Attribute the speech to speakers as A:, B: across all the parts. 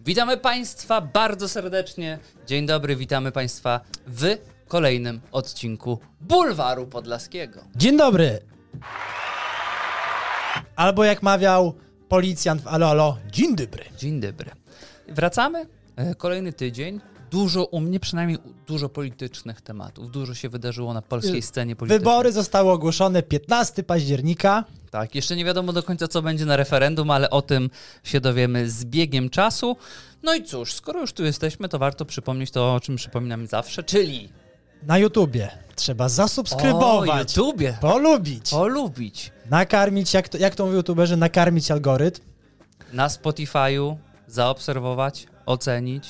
A: Witamy Państwa bardzo serdecznie. Dzień dobry, witamy Państwa w kolejnym odcinku Bulwaru Podlaskiego.
B: Dzień dobry! Albo jak mawiał policjant w Alo Alo, dzień dobry.
A: Dzień dobry. Wracamy. E, Kolejny tydzień. Dużo u mnie, przynajmniej u- dużo politycznych tematów. Dużo się wydarzyło na polskiej scenie politycznej.
B: Wybory zostały ogłoszone 15 października.
A: Tak, jeszcze nie wiadomo do końca, co będzie na referendum, ale o tym się dowiemy z biegiem czasu. No i cóż, skoro już tu jesteśmy, to warto przypomnieć to, o czym przypominam zawsze, czyli
B: Na YouTubie trzeba zasubskrybować,
A: O, YouTubie.
B: polubić,
A: Polubić.
B: nakarmić, jak to, jak to mówią youtuberzy, nakarmić algorytm.
A: na Spotify'u zaobserwować, ocenić,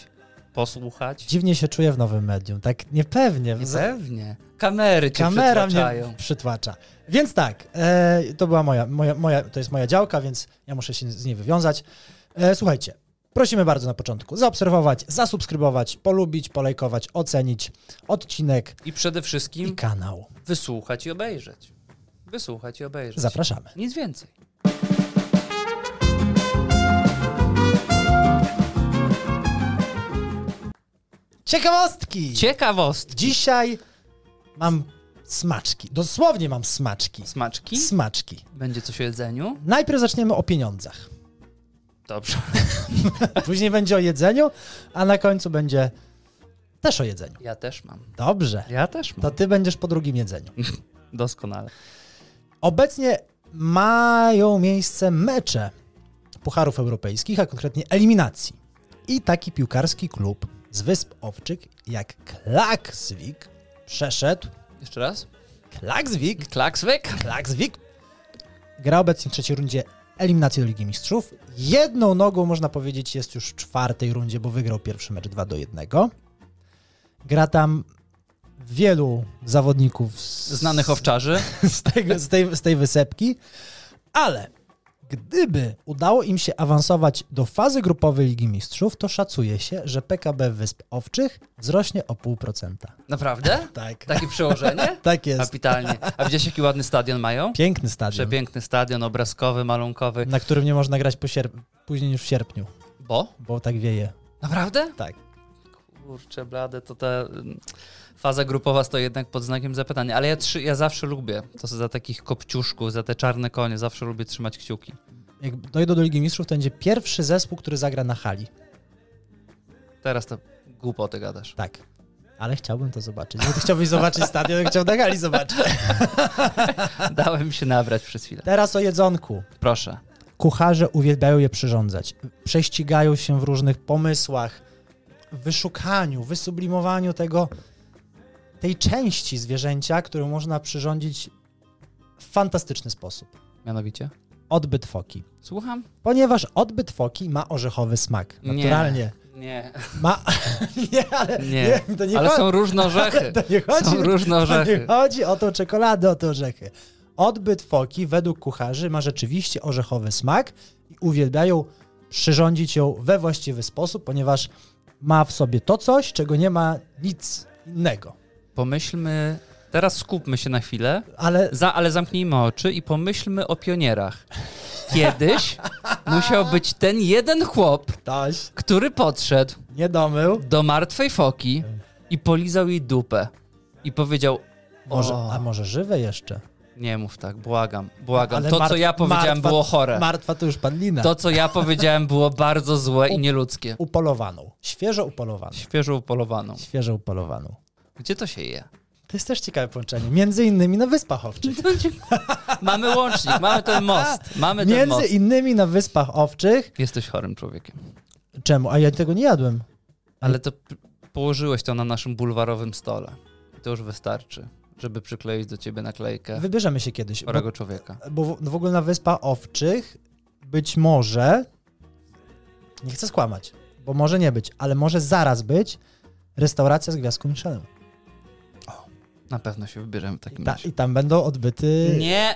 A: posłuchać.
B: Dziwnie się czuję w nowym medium, tak niepewnie.
A: Nie
B: Za-
A: Pewnie. Kamery cię
B: Kamera
A: przytłaczają.
B: mnie przytłacza. Więc tak, e, to była moja, moja, moja, to jest moja działka, więc ja muszę się z niej wywiązać. E, słuchajcie, prosimy bardzo na początku zaobserwować, zasubskrybować, polubić, polajkować, ocenić odcinek
A: I przede
B: i
A: wszystkim
B: kanał.
A: wysłuchać i obejrzeć. Wysłuchać i obejrzeć.
B: Zapraszamy.
A: Nic więcej.
B: Ciekawostki!
A: Ciekawostki.
B: Dzisiaj mam smaczki, dosłownie mam smaczki.
A: Smaczki.
B: Smaczki.
A: Będzie coś o jedzeniu.
B: Najpierw zaczniemy o pieniądzach,
A: Dobrze.
B: później będzie o jedzeniu, a na końcu będzie też o jedzeniu.
A: Ja też mam.
B: Dobrze.
A: Ja też mam.
B: To ty będziesz po drugim jedzeniu.
A: Doskonale.
B: Obecnie mają miejsce mecze Pucharów Europejskich, a konkretnie eliminacji. I taki piłkarski klub z Wysp Owczych jak Klakswik przeszedł.
A: Jeszcze raz.
B: Klakswik,
A: Klakswyk.
B: Klakswik gra obecnie w trzeciej rundzie eliminacji do Ligi Mistrzów. Jedną nogą, można powiedzieć, jest już w czwartej rundzie, bo wygrał pierwszy mecz 2 do 1. Gra tam wielu zawodników z,
A: Znanych owczarzy.
B: z, tego, z, tej, z tej wysepki, ale gdyby udało im się awansować do fazy grupowej Ligi Mistrzów, to szacuje się, że PKB Wysp Owczych wzrośnie o 0,5%.
A: Naprawdę?
B: Tak, tak,
A: Takie przełożenie?
B: jest.
A: Kapitalnie. A widziałeś, jaki ładny stadion mają?
B: Piękny No. stadion,
A: Przepiękny stadion, obrazkowy, malunkowy.
B: na którym nie można grać po sierp- później niż w sierpniu,
A: Bo?
B: bo tak wieje.
A: Naprawdę?
B: Tak.
A: Kurczę, blade, to ta mm, faza grupowa stoi jednak pod znakiem zapytania. Ale ja, trzy, ja zawsze lubię to są za takich kopciuszków, za te czarne konie, zawsze lubię trzymać kciuki.
B: Jak dojdą do Ligi Mistrzów, to będzie pierwszy zespół, który zagra na hali.
A: Teraz to głupoty gadasz.
B: Tak. Ale chciałbym to zobaczyć. Nie, ty chciałbyś zobaczyć stadion, ja bym chciał na hali zobaczyć.
A: Dałem się nabrać przez chwilę.
B: Teraz o jedzonku.
A: Proszę.
B: Kucharze uwielbiają je przyrządzać. Prześcigają się w różnych pomysłach, wyszukaniu, wysublimowaniu tego, tej części zwierzęcia, którą można przyrządzić w fantastyczny sposób.
A: Mianowicie?
B: Odbyt foki.
A: Słucham?
B: Ponieważ odbyt foki ma orzechowy smak.
A: Nie.
B: Naturalnie.
A: Nie.
B: Ma... nie, ale nie.
A: Nie.
B: to nie
A: Ale
B: chodzi.
A: są różne orzechy.
B: To nie chodzi,
A: Są różne
B: to nie
A: orzechy.
B: chodzi o tą czekoladę, o te orzechy. Odbyt foki według kucharzy ma rzeczywiście orzechowy smak i uwielbiają przyrządzić ją we właściwy sposób, ponieważ ma w sobie to coś, czego nie ma nic innego.
A: Pomyślmy, teraz skupmy się na chwilę,
B: Ale
A: za, ale zamknijmy oczy i pomyślmy o pionierach. Kiedyś musiał być ten jeden chłop,
B: ktoś
A: który podszedł
B: nie domył.
A: do martwej foki i polizał jej dupę. I powiedział,
B: Może,
A: O.
B: a może żywe jeszcze?
A: nie mów tak, błagam, błagam.
B: Ale
A: to, co
B: martw-
A: ja powiedziałem,
B: martwa-
A: było chore.
B: Martwa to już padlina.
A: To, co ja powiedziałem, było bardzo złe i nieludzkie.
B: Upolowaną. Świeżo upolowaną.
A: Świeżo upolowaną.
B: Świeżo upolowaną.
A: Gdzie to się je?
B: To jest też ciekawe połączenie. Między innymi na Wyspach Owczych.
A: Mamy łącznik, mamy ten most, mamy ten
B: Między
A: most.
B: innymi na Wyspach Owczych.
A: Jesteś chorym człowiekiem.
B: Czemu? A ja tego nie jadłem.
A: Ale to p- położyłeś to na naszym bulwarowym stole. I to już wystarczy, żeby przykleić do ciebie naklejkę
B: Wybierzemy się kiedyś. Bo,
A: chorego człowieka.
B: bo w- w ogóle na Wyspach Owczych być może. Nie chcę skłamać, bo może nie być, ale może zaraz być restauracja z gwiazdką Michelin.
A: Na pewno się wybierzemy w takim
B: Ta,
A: razie.
B: Tak, I tam będą odbyty.
A: Nie!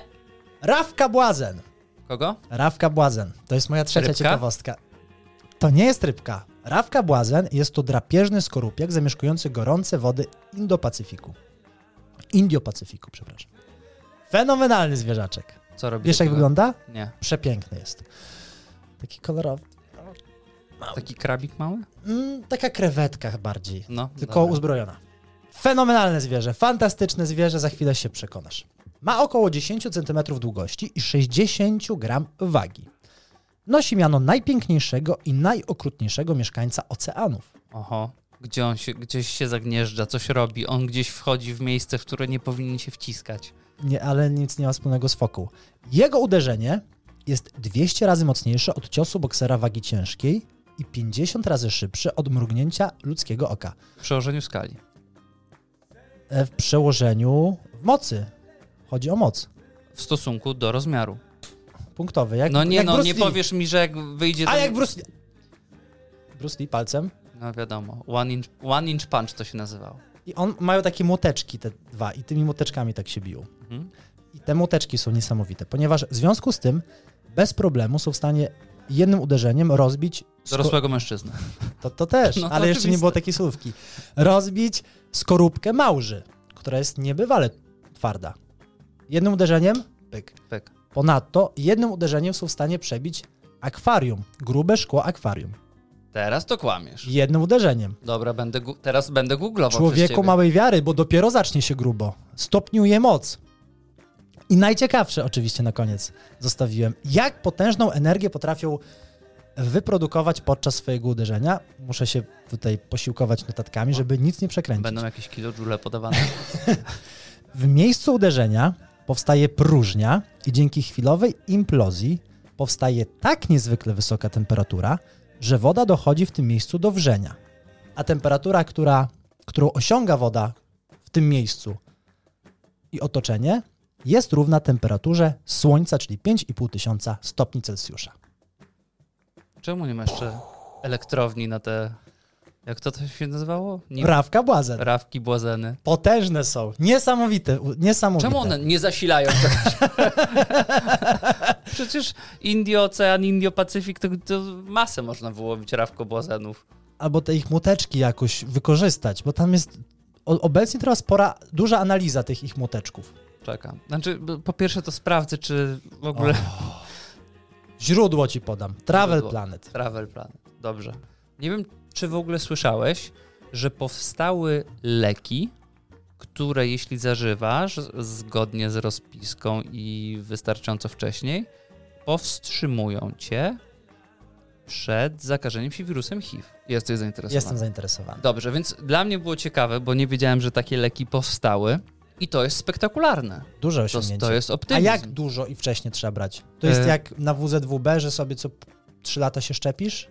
B: Rawka Błazen.
A: Kogo?
B: Rawka Błazen. To jest moja trzecia
A: Rybka?
B: ciekawostka. To nie jest rybka. Rawka Błazen jest to drapieżny skorupiak zamieszkujący gorące wody Indo-Pacyfiku. Indio-Pacyfiku, przepraszam. Fenomenalny zwierzaczek.
A: Co robisz?
B: Wiesz jak wygląda?
A: Nie.
B: Przepiękny jest. Taki kolorowy.
A: Taki krabik mały?
B: Mm, taka krewetka bardziej,
A: No.
B: tylko
A: dobra.
B: uzbrojona. Fenomenalne zwierzę, fantastyczne zwierzę, za chwilę się przekonasz. Ma około 10 cm długości i 60 gram wagi. Nosi miano najpiękniejszego i najokrutniejszego mieszkańca oceanów.
A: Oho. Gdzie on się, gdzieś się zagnieżdża, coś robi, on gdzieś wchodzi w miejsce, w które nie powinien się wciskać.
B: Nie, ale nic nie ma wspólnego z foką. Jego uderzenie jest 200 razy mocniejsze od ciosu boksera wagi ciężkiej i 50 razy szybsze od mrugnięcia ludzkiego oka.
A: W przełożeniu skali.
B: E, W przełożeniu w mocy. Chodzi o moc.
A: W stosunku do rozmiaru.
B: Punktowy. Jak,
A: no nie,
B: jak
A: no
B: Bruce
A: nie
B: Lee.
A: powiesz mi, że jak wyjdzie...
B: A
A: ten-
B: jak Bruce Lee. Bruce Lee palcem.
A: No wiadomo, one inch, one inch punch to się nazywało.
B: I on mają takie młoteczki, te dwa, i tymi młoteczkami tak się biją.
A: Mhm.
B: I te młoteczki są niesamowite, ponieważ w związku z tym bez problemu są w stanie jednym uderzeniem rozbić. sko-
A: Dorosłego mężczyzny.
B: To, to też,
A: No to
B: ale jeszcze nie
A: oczywiste.
B: było takiej słówki. Rozbić skorupkę małży, która jest niebywale twarda. Jednym uderzeniem, pyk.
A: Pyk.
B: Ponadto jednym uderzeniem są w stanie przebić akwarium, grube szkło akwarium.
A: Teraz to kłamiesz.
B: Jednym uderzeniem.
A: Dobra, będę gu- teraz będę googlował przez
B: Człowieku
A: ciebie.
B: małej wiary, bo dopiero zacznie się grubo. Stopniuje moc. I najciekawsze oczywiście na koniec zostawiłem. Jak potężną energię potrafią wyprodukować podczas swojego uderzenia? Muszę się tutaj posiłkować notatkami, żeby nic nie przekręcić.
A: Będą jakieś kilojoule podawane.
B: W miejscu uderzenia powstaje próżnia i dzięki chwilowej implozji powstaje tak niezwykle wysoka temperatura, że woda dochodzi w tym miejscu do wrzenia. A temperatura, która, którą osiąga woda w tym miejscu i otoczenie, jest równa temperaturze Słońca, czyli 5,5 tysiąca stopni Celsjusza.
A: Czemu nie ma jeszcze elektrowni na te... Jak to, to się nazywało? Nie...
B: Prawka błazen.
A: Rawki błazeny.
B: Potężne są. Niesamowite. u- niesamowite.
A: Czemu one nie zasilają czegoś? Przecież Indio, Ocean, Indio, Pacyfik, to, to masę można wyłowić rawkobłazenów.
B: albo te ich muteczki jakoś wykorzystać, bo tam jest o, obecnie teraz pora, duża analiza tych ich muteczków.
A: Czekam. Znaczy, b- po pierwsze to sprawdzę, czy w ogóle...
B: Źródło ci podam. Travel
A: Źródło.
B: Planet.
A: Travel Planet. Dobrze. Nie wiem, czy w ogóle słyszałeś, że powstały leki, które jeśli zażywasz zgodnie z rozpiską i wystarczająco wcześniej, powstrzymują cię przed zakażeniem się wirusem HIV. Jesteś zainteresowany?
B: Jestem zainteresowany.
A: Dobrze, więc dla mnie było ciekawe, bo nie wiedziałem, że takie leki powstały i to jest spektakularne.
B: Duże
A: To,
B: osiągnięcie.
A: to jest
B: A
A: optymizm.
B: jak dużo i wcześnie trzeba brać? To jest
A: E.
B: jak na WZWB, że sobie co 3 lata się szczepisz,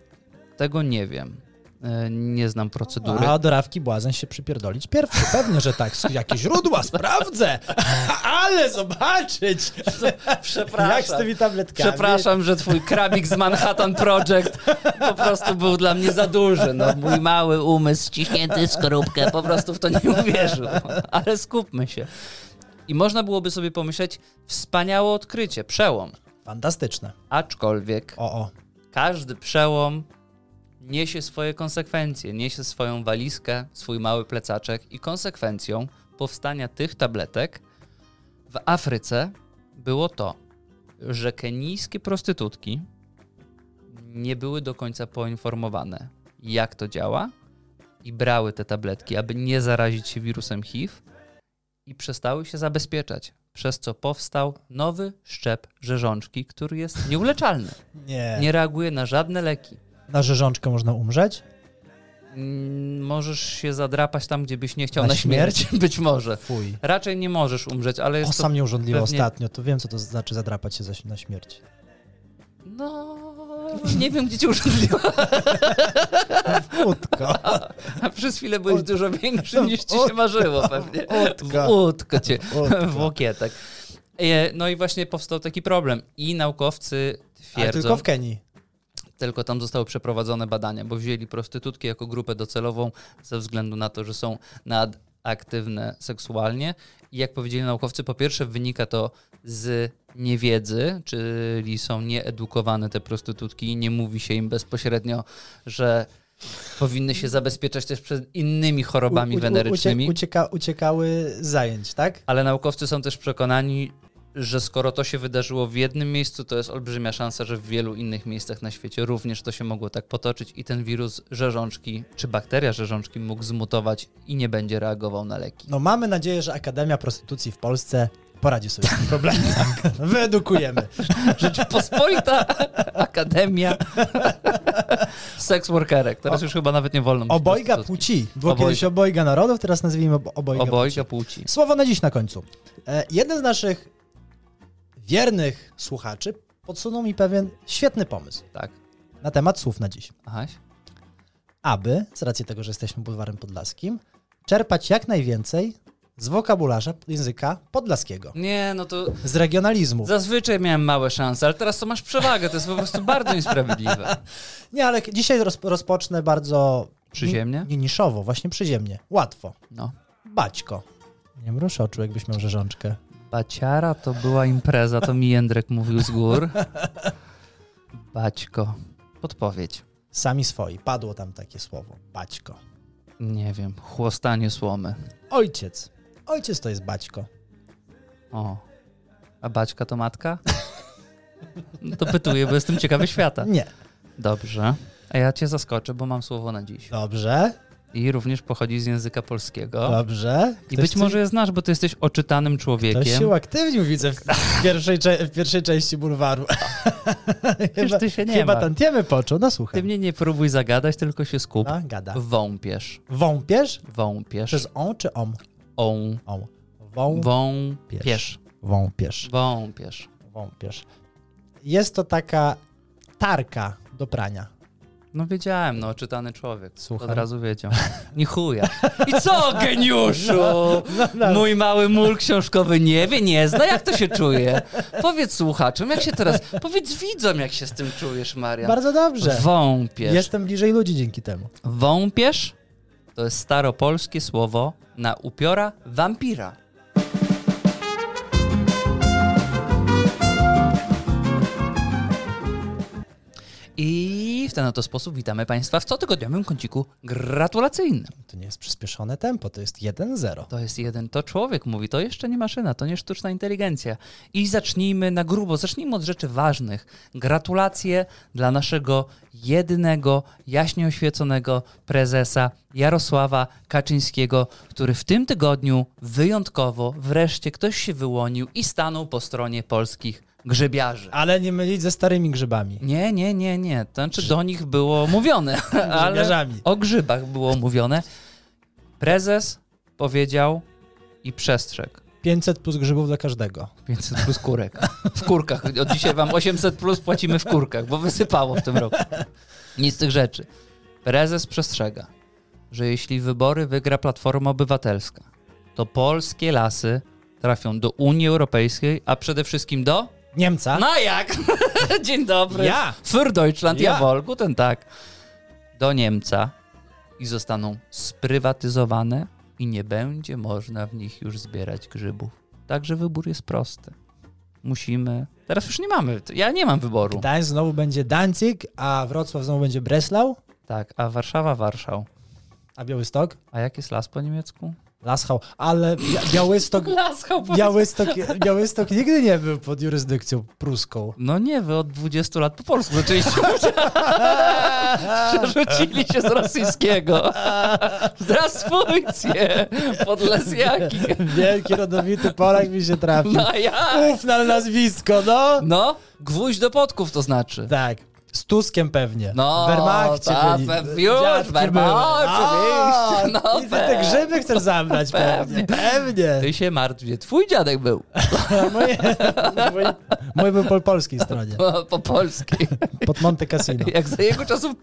A: Tego nie wiem. E, Nie znam procedury.
B: a do rawki błazen się przypierdolić pierwszy. Pewnie, że tak. Jakie źródła, sprawdzę. Ale zobaczyć, jak z tymi tabletkami.
A: Przepraszam, że twój krabik z Manhattan Project po prostu był dla mnie za duży. No, mój mały umysł ściśnięty w skorupkę po prostu w to nie uwierzył. Ale skupmy się. I można byłoby sobie pomyśleć, wspaniałe odkrycie, przełom.
B: Fantastyczne.
A: Aczkolwiek
B: O, o.
A: każdy przełom niesie swoje konsekwencje, niesie swoją walizkę, swój mały plecaczek i konsekwencją powstania tych tabletek w Afryce było to, że kenijskie prostytutki nie były do końca poinformowane, jak to działa i brały te tabletki, aby nie zarazić się wirusem HIV i przestały się zabezpieczać, przez co powstał nowy szczep rzeżączki, który jest nieuleczalny
B: Nie.
A: nie reaguje na żadne leki.
B: Na rzeżączkę można umrzeć?
A: Mm, Możesz się zadrapać tam, gdzie byś nie chciał
B: Na
A: na, śmierć, być może.
B: Fuj.
A: Raczej nie możesz umrzeć, ale
B: O,
A: jest to...
B: sam mnie urządliło
A: pewnie-
B: ostatnio, to wiem, co to znaczy zadrapać się za, na śmierć.
A: No... Nie wiem, gdzie cię urządziło,
B: Utko.
A: a przez chwilę byłeś
B: Ut-
A: dużo większy niż ci
B: Utka.
A: się marzyło pewnie.
B: Utka.
A: W Utko cię,
B: Utka.
A: w łokietek. E, No i właśnie powstał taki problem i naukowcy twierdzą...
B: Ale tylko w Kenii.
A: tylko tam zostały przeprowadzone badania, bo wzięli prostytutki jako grupę docelową ze względu na to, że są nadaktywne seksualnie. I jak powiedzieli naukowcy, po pierwsze wynika to z niewiedzy, czyli są nieedukowane te prostytutki i nie mówi się im bezpośrednio, że powinny się zabezpieczać też przed innymi chorobami
B: U- u- u- ucie-
A: wenerycznymi.
B: ucieka, uciekały z zajęć, tak?
A: Ale naukowcy są też przekonani, że skoro to się wydarzyło w jednym miejscu, to jest olbrzymia szansa, że w wielu innych miejscach na świecie również to się mogło tak potoczyć i ten wirus rzeżączki czy bakteria rzeżączki mógł zmutować i nie będzie reagował na leki.
B: No mamy nadzieję, że Akademia Prostytucji w Polsce poradzi sobie z tym problemem. Tak. Wyedukujemy.
A: Rzeczpospolita Akademia Seks Workerek. Teraz już chyba nawet nie wolno. mówić
B: Obojga
A: prostytutki.
B: płci. Było
A: Obojga.
B: kiedyś obojga narodów, teraz nazwijmy ob- obojga,
A: Obojga
B: płci.
A: płci.
B: Słowo na dziś na końcu. E, jeden z naszych wiernych słuchaczy podsunął mi pewien świetny pomysł
A: Tak.
B: na temat słów na dziś.
A: Aha.
B: Aby, z racji tego, że jesteśmy bulwarem podlaskim, czerpać jak najwięcej z wokabularza języka podlaskiego,
A: Nie, no to
B: z regionalizmu.
A: zazwyczaj miałem małe szanse, ale teraz to masz przewagę. To jest po prostu bardzo niesprawiedliwe.
B: Nie, ale k- dzisiaj roz, rozpocznę bardzo...
A: Przyziemnie?
B: Nie, niszowo, właśnie przyziemnie. Łatwo.
A: No.
B: Baćko. Nie mruszę oczu, jakbyś miał rzeżączkę.
A: Baciara to była impreza, to mi Jędrek mówił z gór. Baćko. Podpowiedź.
B: Sami swoi. Padło tam takie słowo. Baćko.
A: Nie wiem, chłostanie słomy.
B: Ojciec. Ojciec to jest baćko.
A: O. A baćka to matka? No to pytuję, bo jestem ciekawy świata.
B: Nie.
A: Dobrze. A ja cię zaskoczę, bo mam słowo na dziś.
B: Dobrze.
A: I również pochodzi z języka polskiego.
B: Dobrze.
A: I
B: Tak, Ktoś
A: być
B: tu-
A: może je znasz, bo ty jesteś oczytanym
B: Ktoś
A: człowiekiem.
B: się uaktywnił, widzę, w w pierwszej, cze- w pierwszej części bulwaru.
A: Przecież ty się nie
B: chyba
A: ma.
B: tantiemy począł. No
A: Ty
B: słuchaj.
A: mnie nie próbuj zagadać, tylko się skup.
B: No, gada.
A: Wąpiesz.
B: Wąpiesz?
A: Wąpiesz.
B: Przez on czy om?
A: On.
B: On. Wą,
A: Wąpiesz.
B: wąpiesz.
A: Wąpiesz.
B: Wąpiesz. Jest to taka tarka do prania.
A: No wiedziałem, no czytany człowiek.
B: Słucham.
A: Od razu wiedział. Ni chuja. I co, geniuszu?
B: No, no.
A: Mój mały mól książkowy nie wie, nie zna, jak to się czuje. Powiedz słuchaczom, jak się teraz... Powiedz widzom, jak się z tym czujesz, Marian.
B: Bardzo dobrze.
A: Wąpiesz.
B: Jestem bliżej ludzi dzięki temu.
A: Wąpiesz to jest staropolskie słowo na upiora wampira. I w ten oto sposób witamy Państwa w cotygodniowym kąciku gratulacyjnym.
B: To nie jest przyspieszone tempo, to jest 1-0.
A: To jest jeden, to człowiek mówi, to jeszcze nie maszyna, to nie sztuczna inteligencja. I zacznijmy na grubo, zacznijmy od rzeczy ważnych. Gratulacje dla naszego jedynego, jaśnie oświeconego prezesa Jarosława Kaczyńskiego, który w tym tygodniu wyjątkowo wreszcie ktoś się wyłonił i stanął po stronie polskich grzebiarzy.
B: Ale nie mylić ze starymi grzybami.
A: Nie, nie, nie, nie. To znaczy do nich było mówione, ale
B: Grzebiarzami.
A: o grzybach było mówione. Prezes powiedział i przestrzegł.
B: 500 plus grzybów dla każdego.
A: 500 plus kurek. W kurkach. Od dzisiaj wam 800 plus płacimy w kurkach, bo wysypało w tym roku. Nic z tych rzeczy. Prezes przestrzega, że jeśli wybory wygra Platforma Obywatelska, to polskie lasy trafią do Unii Europejskiej, a przede wszystkim do...
B: Niemca?
A: No jak? Dzień dobry.
B: Ja.
A: Für Deutschland, ja.
B: Ja.
A: jawohl, guten Tag. Do Niemca i zostaną sprywatyzowane i nie będzie można w nich już zbierać grzybów. Także wybór jest prosty. Musimy... Teraz już nie mamy, ja nie mam wyboru.
B: Gdańsk znowu będzie Danzig, a Wrocław znowu będzie Breslau,
A: Tak, a Warszawa, Warszał.
B: a Białystok?
A: A jak jest las po niemiecku?
B: Laschał. Ale Bia- Białystok,
A: Laschał po
B: Białystok, Białystok nigdy nie był pod jurysdykcją pruską.
A: No nie, wy od 20 lat po polsku zaczęliście. Przerzucili się z rosyjskiego. Zdrastwujcie, podlesjaki.
B: Wielki, rodowity Polak mi się trafił.
A: No a ja.
B: Uf, na nazwisko, no!
A: No, gwóźdź do podków to znaczy.
B: Tak. Z Tuskiem pewnie.
A: No,
B: w Wehrmachcie
A: tak,
B: byli.
A: we- już,
B: Dziadki
A: Wehrmacht,
B: były.
A: oczywiście,
B: A,
A: no
B: I ty te
A: pewnie. No
B: grzyby chcesz zabrać pewnie. Pewnie.
A: Ty się martw, gdzie twój dziadek był
B: Moje, mój, mój był po polskiej stronie.
A: po, po polskiej.
B: Pod Monte Cassino.
A: Jak za jego czasów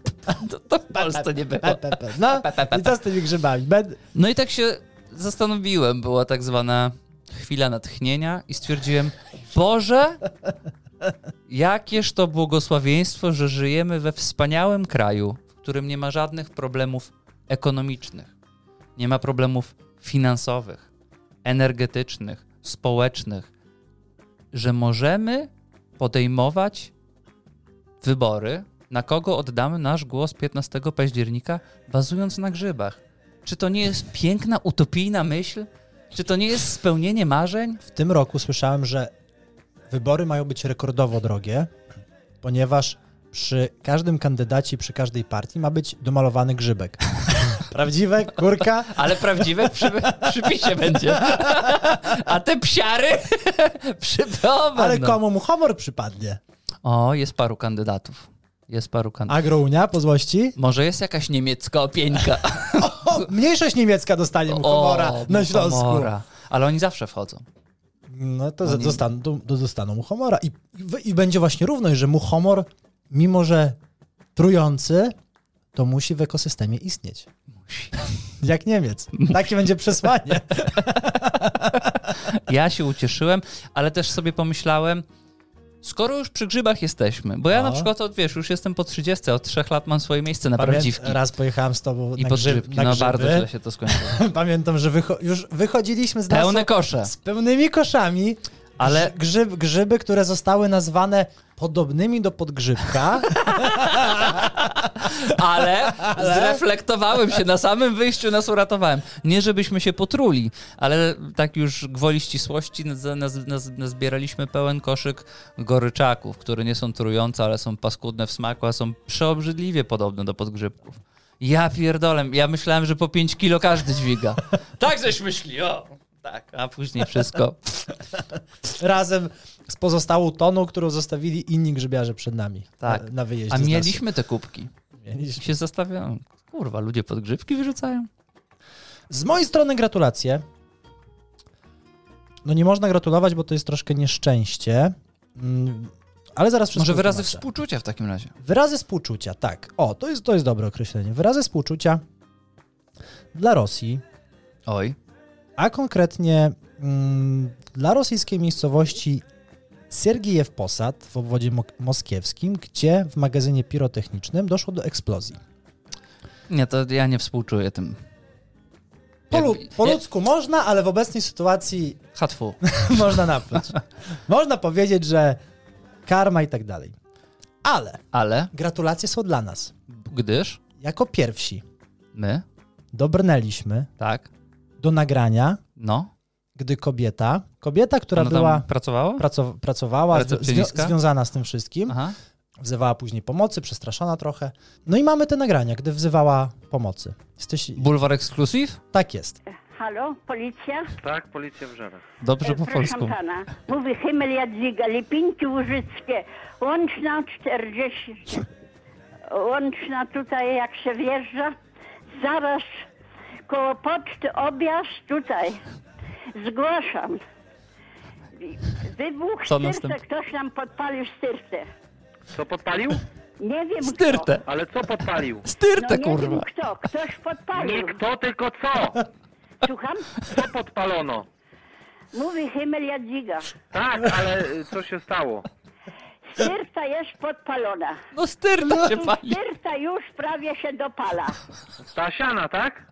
A: to, to w Polsce nie było.
B: Pe, pe, pe. No i co z tymi grzybami? Ben,
A: No i tak się zastanowiłem, była tak zwana chwila natchnienia i stwierdziłem, Boże, jakież to błogosławieństwo, że żyjemy we wspaniałym kraju, w którym nie ma żadnych problemów ekonomicznych, nie ma problemów finansowych, energetycznych, społecznych, że możemy podejmować wybory, na kogo oddamy nasz głos 15 października, bazując na grzybach. Czy to nie jest piękna, utopijna myśl? Czy to nie jest spełnienie marzeń?
B: w tym roku słyszałem, że Wybory mają być rekordowo drogie, ponieważ przy każdym kandydacie, przy każdej partii ma być domalowany grzybek. Prawdziwe, kurka,
A: Ale prawdziwe przy, przypisie będzie. A te psiary przydobędą.
B: ale komu mu humor przypadnie?
A: O, jest paru kandydatów. Jest paru kandydatów.
B: Agrounia po złości?
A: Może jest jakaś niemiecka opieńka.
B: O, mniejszość niemiecka dostanie mu humora
A: O,
B: na Śląsku.
A: Muchomora. Ale oni zawsze wchodzą.
B: No to
A: Oni-
B: dostaną, do, do dostaną mu humora. I, i, wy- I będzie właśnie równość, że mu humor, mimo że trujący, to musi w ekosystemie istnieć.
A: Musi.
B: Jak Niemiec. Takie będzie przesłanie.
A: Ja się ucieszyłem, ale też sobie pomyślałem, skoro już przy grzybach jesteśmy, bo ja
B: No.
A: na przykład, od, wiesz, już jestem po 30, od trzech lat mam swoje miejsce na
B: Pamię-
A: prawdziwki.
B: Raz pojechałem z tobą
A: I
B: na,
A: pod
B: grzyb,
A: grzybki.
B: na
A: No
B: grzyby.
A: bardzo źle się to skończyło.
B: Pamiętam, że wycho- już wychodziliśmy z
A: Pełne
B: lasu
A: kosze.
B: z pełnymi koszami.
A: Ale-
B: Grz- Grzyb, grzyby, które zostały nazwane podobnymi do podgrzybka.
A: Ale, zreflektowałem się na samym wyjściu, nas uratowałem. Nie żebyśmy się potruli, ale tak już gwoli ścisłości naz, naz, naz, nazbieraliśmy pełen koszyk goryczaków, które nie są trujące, ale są paskudne w smaku, a są przeobrzydliwie podobne do podgrzybków. Ja pierdolę, ja myślałem, że po 5 kilo każdy dźwiga. Tak żeś myśli, o! Tak, a później wszystko.
B: razem z pozostałą toną, którą zostawili inni grzybiarze przed nami
A: Tak.
B: na, na wyjeździe.
A: A
B: z lasu.
A: mieliśmy te kubki. I
B: mieliśmy.
A: się zastanawiałem, kurwa, ludzie podgrzybki wyrzucają?
B: Z mojej strony gratulacje. No nie można gratulować, bo to jest troszkę nieszczęście. Mm, ale zaraz wszystko
A: Może wyrazy
B: wytłumaczę.
A: współczucia w takim razie.
B: Wyrazy współczucia, tak. O, to jest, to jest dobre określenie. Wyrazy współczucia dla Rosji,
A: Oj.
B: a konkretnie mm, dla rosyjskiej miejscowości Sergijew Posad w obwodzie mo- moskiewskim, gdzie w magazynie pirotechnicznym doszło do eksplozji.
A: Nie, to ja nie współczuję tym.
B: Po, lu-
A: Jakby-
B: po
A: nie-
B: ludzku można, ale w obecnej sytuacji
A: Hatfu.
B: można napluć. można powiedzieć, że karma i tak dalej. Ale
A: Ale
B: gratulacje są dla nas.
A: gdyż
B: Jako pierwsi
A: my,
B: dobrnęliśmy
A: tak,
B: do nagrania
A: no,
B: gdy kobieta, kobieta, która
A: ona
B: była,
A: tam pracowała?
B: pracow, pracowała, zwi-
A: Recepcjonistka?
B: zwią- związana z tym wszystkim,
A: Aha.
B: wzywała później pomocy, przestraszona trochę. No i mamy te nagrania, gdy wzywała pomocy. Jesteś,
A: Bulwar Exclusive?
B: tak jest.
C: Halo, policja? E,
D: Tak, policja w Żerach.
A: Dobrze po
C: Proszę
A: polsku.
C: pana, mówi Hymel Jadwiga, Lipińki Łużyckie, łączna 40, łączna tutaj jak się wjeżdża, zaraz koło poczty objazd tutaj, zgłaszam. Wybuch
A: Co
C: styrce,
A: następne?
C: ktoś nam podpalił styrtę.
D: Co podpalił?
C: Nie wiem
A: Styrtę!
D: Ale co podpalił?
C: kto.
A: Styrtę,
C: No, nie wiem
A: kurwa!
C: kto, ktoś
D: Nie
C: podpalił.
D: kto, tylko co?
C: Słucham?
D: Co podpalono?
C: Mówi Hymel Jadwiga,
D: Tak, ale y, co się stało?
C: styrta jest podpalona.
A: No styrta się pali.
C: Serca już prawie się dopala.
D: Ta siana, tak?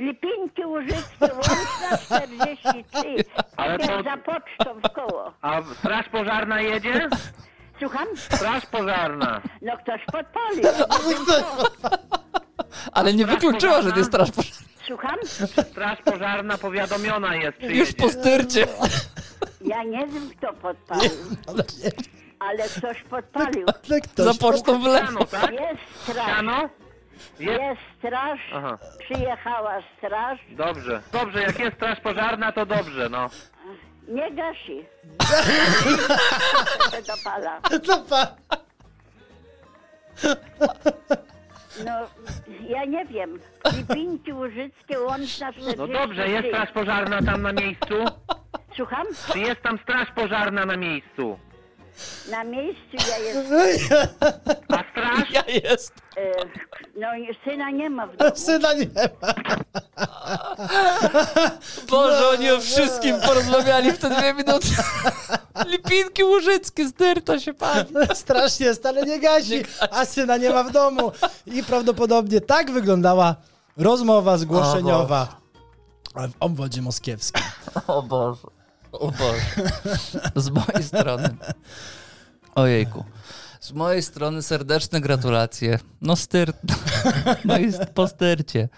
C: Lipinki Łużyckie, łączna 43.
D: Ale
C: Idę
D: to-
C: za pocztą w koło.
D: A straż pożarna jedzie?
C: Słucham?
D: Straż pożarna.
C: No ktoś podpalił.
B: tak,
A: Ale nie wykluczyła, że nie straż pożarna.
C: Słucham?
D: Straż pożarna powiadomiona jest, czy
A: Już po
D: jedzie.
A: styrcie.
C: Ja nie wiem, kto podpalił,
B: Ale,
C: ale ktoś podpalił.
B: ale
A: Za
B: tak, ktoś...
A: pocztą w lewo.
D: Siano, tak?
C: Jest straż.
D: Siano? Jest?
C: Jest straż.
D: Aha.
C: Przyjechała straż.
D: Dobrze. Dobrze, jak jest straż pożarna, to dobrze, no.
C: Nie gasi. się dopala.
B: No pa-
C: No, ja nie wiem. Lipinki Łużyckie, łączna 43.
D: No dobrze, jest straż pożarna tam na miejscu?
C: Słucham?
D: Czy jest tam straż pożarna na miejscu?
C: Na miejscu ja jest.
B: Mhm.
D: A straż?
A: Ja jest.
C: E, no i syna nie ma w domu.
B: Syna nie ma.
A: Boże, oni o wszystkim porozmawiali w te dwie minuty. Lipinki łużyckie, styrta się pali.
B: Strasznie jest, ale nie gasi, a syna nie ma w domu. I prawdopodobnie tak wyglądała rozmowa zgłoszeniowa w obwodzie moskiewskim.
A: O Boże. O Boże. Z mojej strony. Ojejku. Z mojej strony serdeczne gratulacje. No styr... No i po styrcie.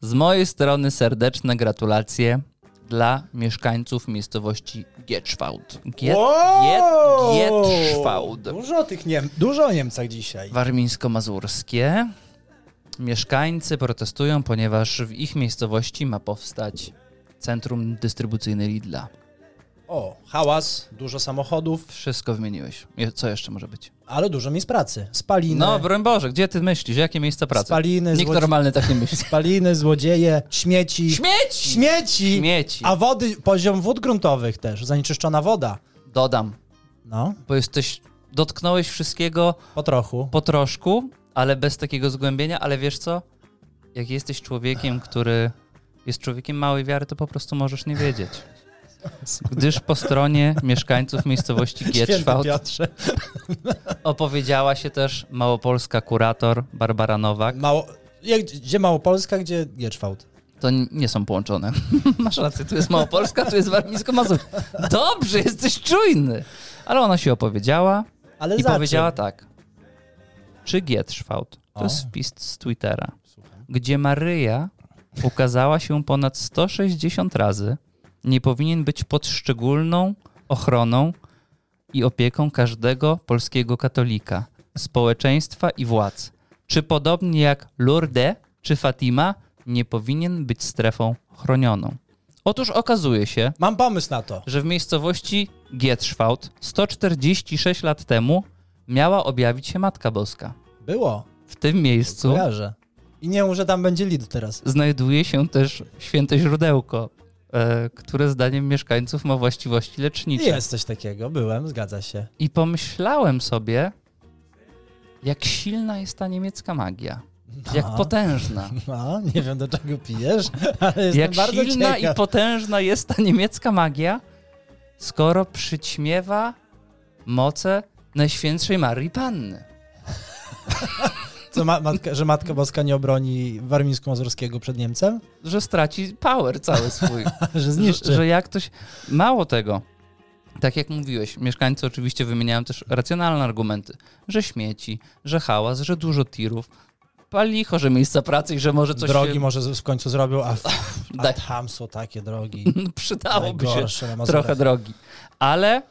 A: Z mojej strony serdeczne gratulacje dla mieszkańców miejscowości Gietrzwałd. Gie-
B: Wow!
A: Gie- Gietrzwałd.
B: Dużo o tych Niem... Dużo o Niemcach dzisiaj.
A: warmińsko-mazurskie. Mieszkańcy protestują, ponieważ w ich miejscowości ma powstać centrum dystrybucyjne Lidla.
B: O, hałas, dużo samochodów,
A: Wszystko wymieniłeś. Je- Co jeszcze może być?
B: ale dużo miejsc pracy. Spaliny,
A: No, broń Boże, gdzie ty myślisz? Jakie miejsca pracy?
B: Spaliny,
A: Nikt
B: złodzie-
A: normalny tak nie myśli.
B: spaliny, złodzieje, śmieci.
A: Śmieć!
B: Śmieci!
A: Śmieci.
B: A wody, poziom wód gruntowych też, zanieczyszczona woda.
A: Dodam,
B: No,
A: bo jesteś... Dotknąłeś wszystkiego
B: po trochu.
A: po troszku, ale bez takiego zgłębienia, ale wiesz co? Jak jesteś człowiekiem, który jest człowiekiem małej wiary, to po prostu możesz nie wiedzieć. Gdyż po stronie mieszkańców miejscowości
B: Święty
A: Gietrzwałd
B: Piotrze.
A: opowiedziała się też małopolska kurator Barbara Nowak.
B: Mało... Jak, gdzie Małopolska, gdzie Gierczwałd?
A: To n- nie są połączone. Masz rację, tu jest Małopolska, tu jest Warmińsko-Mazur. Dobrze, jesteś czujny. Ale ona się opowiedziała
B: Ale
A: i
B: za czym?
A: powiedziała tak. Czy Gietrzwałd,
B: O.
A: to jest wpis z Twittera, gdzie Maryja ukazała się ponad 160 razy, nie powinien być pod szczególną ochroną i opieką każdego polskiego katolika, społeczeństwa i władz. Czy podobnie jak Lourdes czy Fatima, nie powinien być strefą chronioną. Otóż okazuje się,
B: Mam pomysł na to.
A: że w miejscowości Gietrzwałd 146 lat temu miała objawić się Matka Boska.
B: Było.
A: W tym miejscu
B: Kojarzę. I nie mów, że tam będzie Lidl teraz.
A: znajduje się też święte źródełko, e, które zdaniem mieszkańców ma właściwości lecznicze.
B: Jest coś takiego, byłem, zgadza się.
A: I pomyślałem sobie, jak silna jest ta niemiecka magia. Jak potężna.
B: No, nie wiem do czego pijesz, ale jestem
A: jak
B: bardzo
A: silna
B: ciekaw.
A: i potężna jest ta niemiecka magia, skoro przyćmiewa moce Najświętszej Marii Panny.
B: Co, ma, matka, że Matka Boska nie obroni warmińsko-mazurskiego przed Niemcem?
A: Że straci power cały swój.
B: że zniszczy.
A: Że, że jak ktoś. Mało tego. Tak jak mówiłeś, mieszkańcy oczywiście wymieniają też racjonalne argumenty, że śmieci, że hałas, że dużo tirów, palicho, że miejsca pracy i że może coś
B: drogi
A: się
B: może z- w końcu zrobił, a, a
A: Daj.
B: tam są takie drogi.
A: przydałoby się
B: Najgorsze na Mazurach.
A: trochę drogi. Ale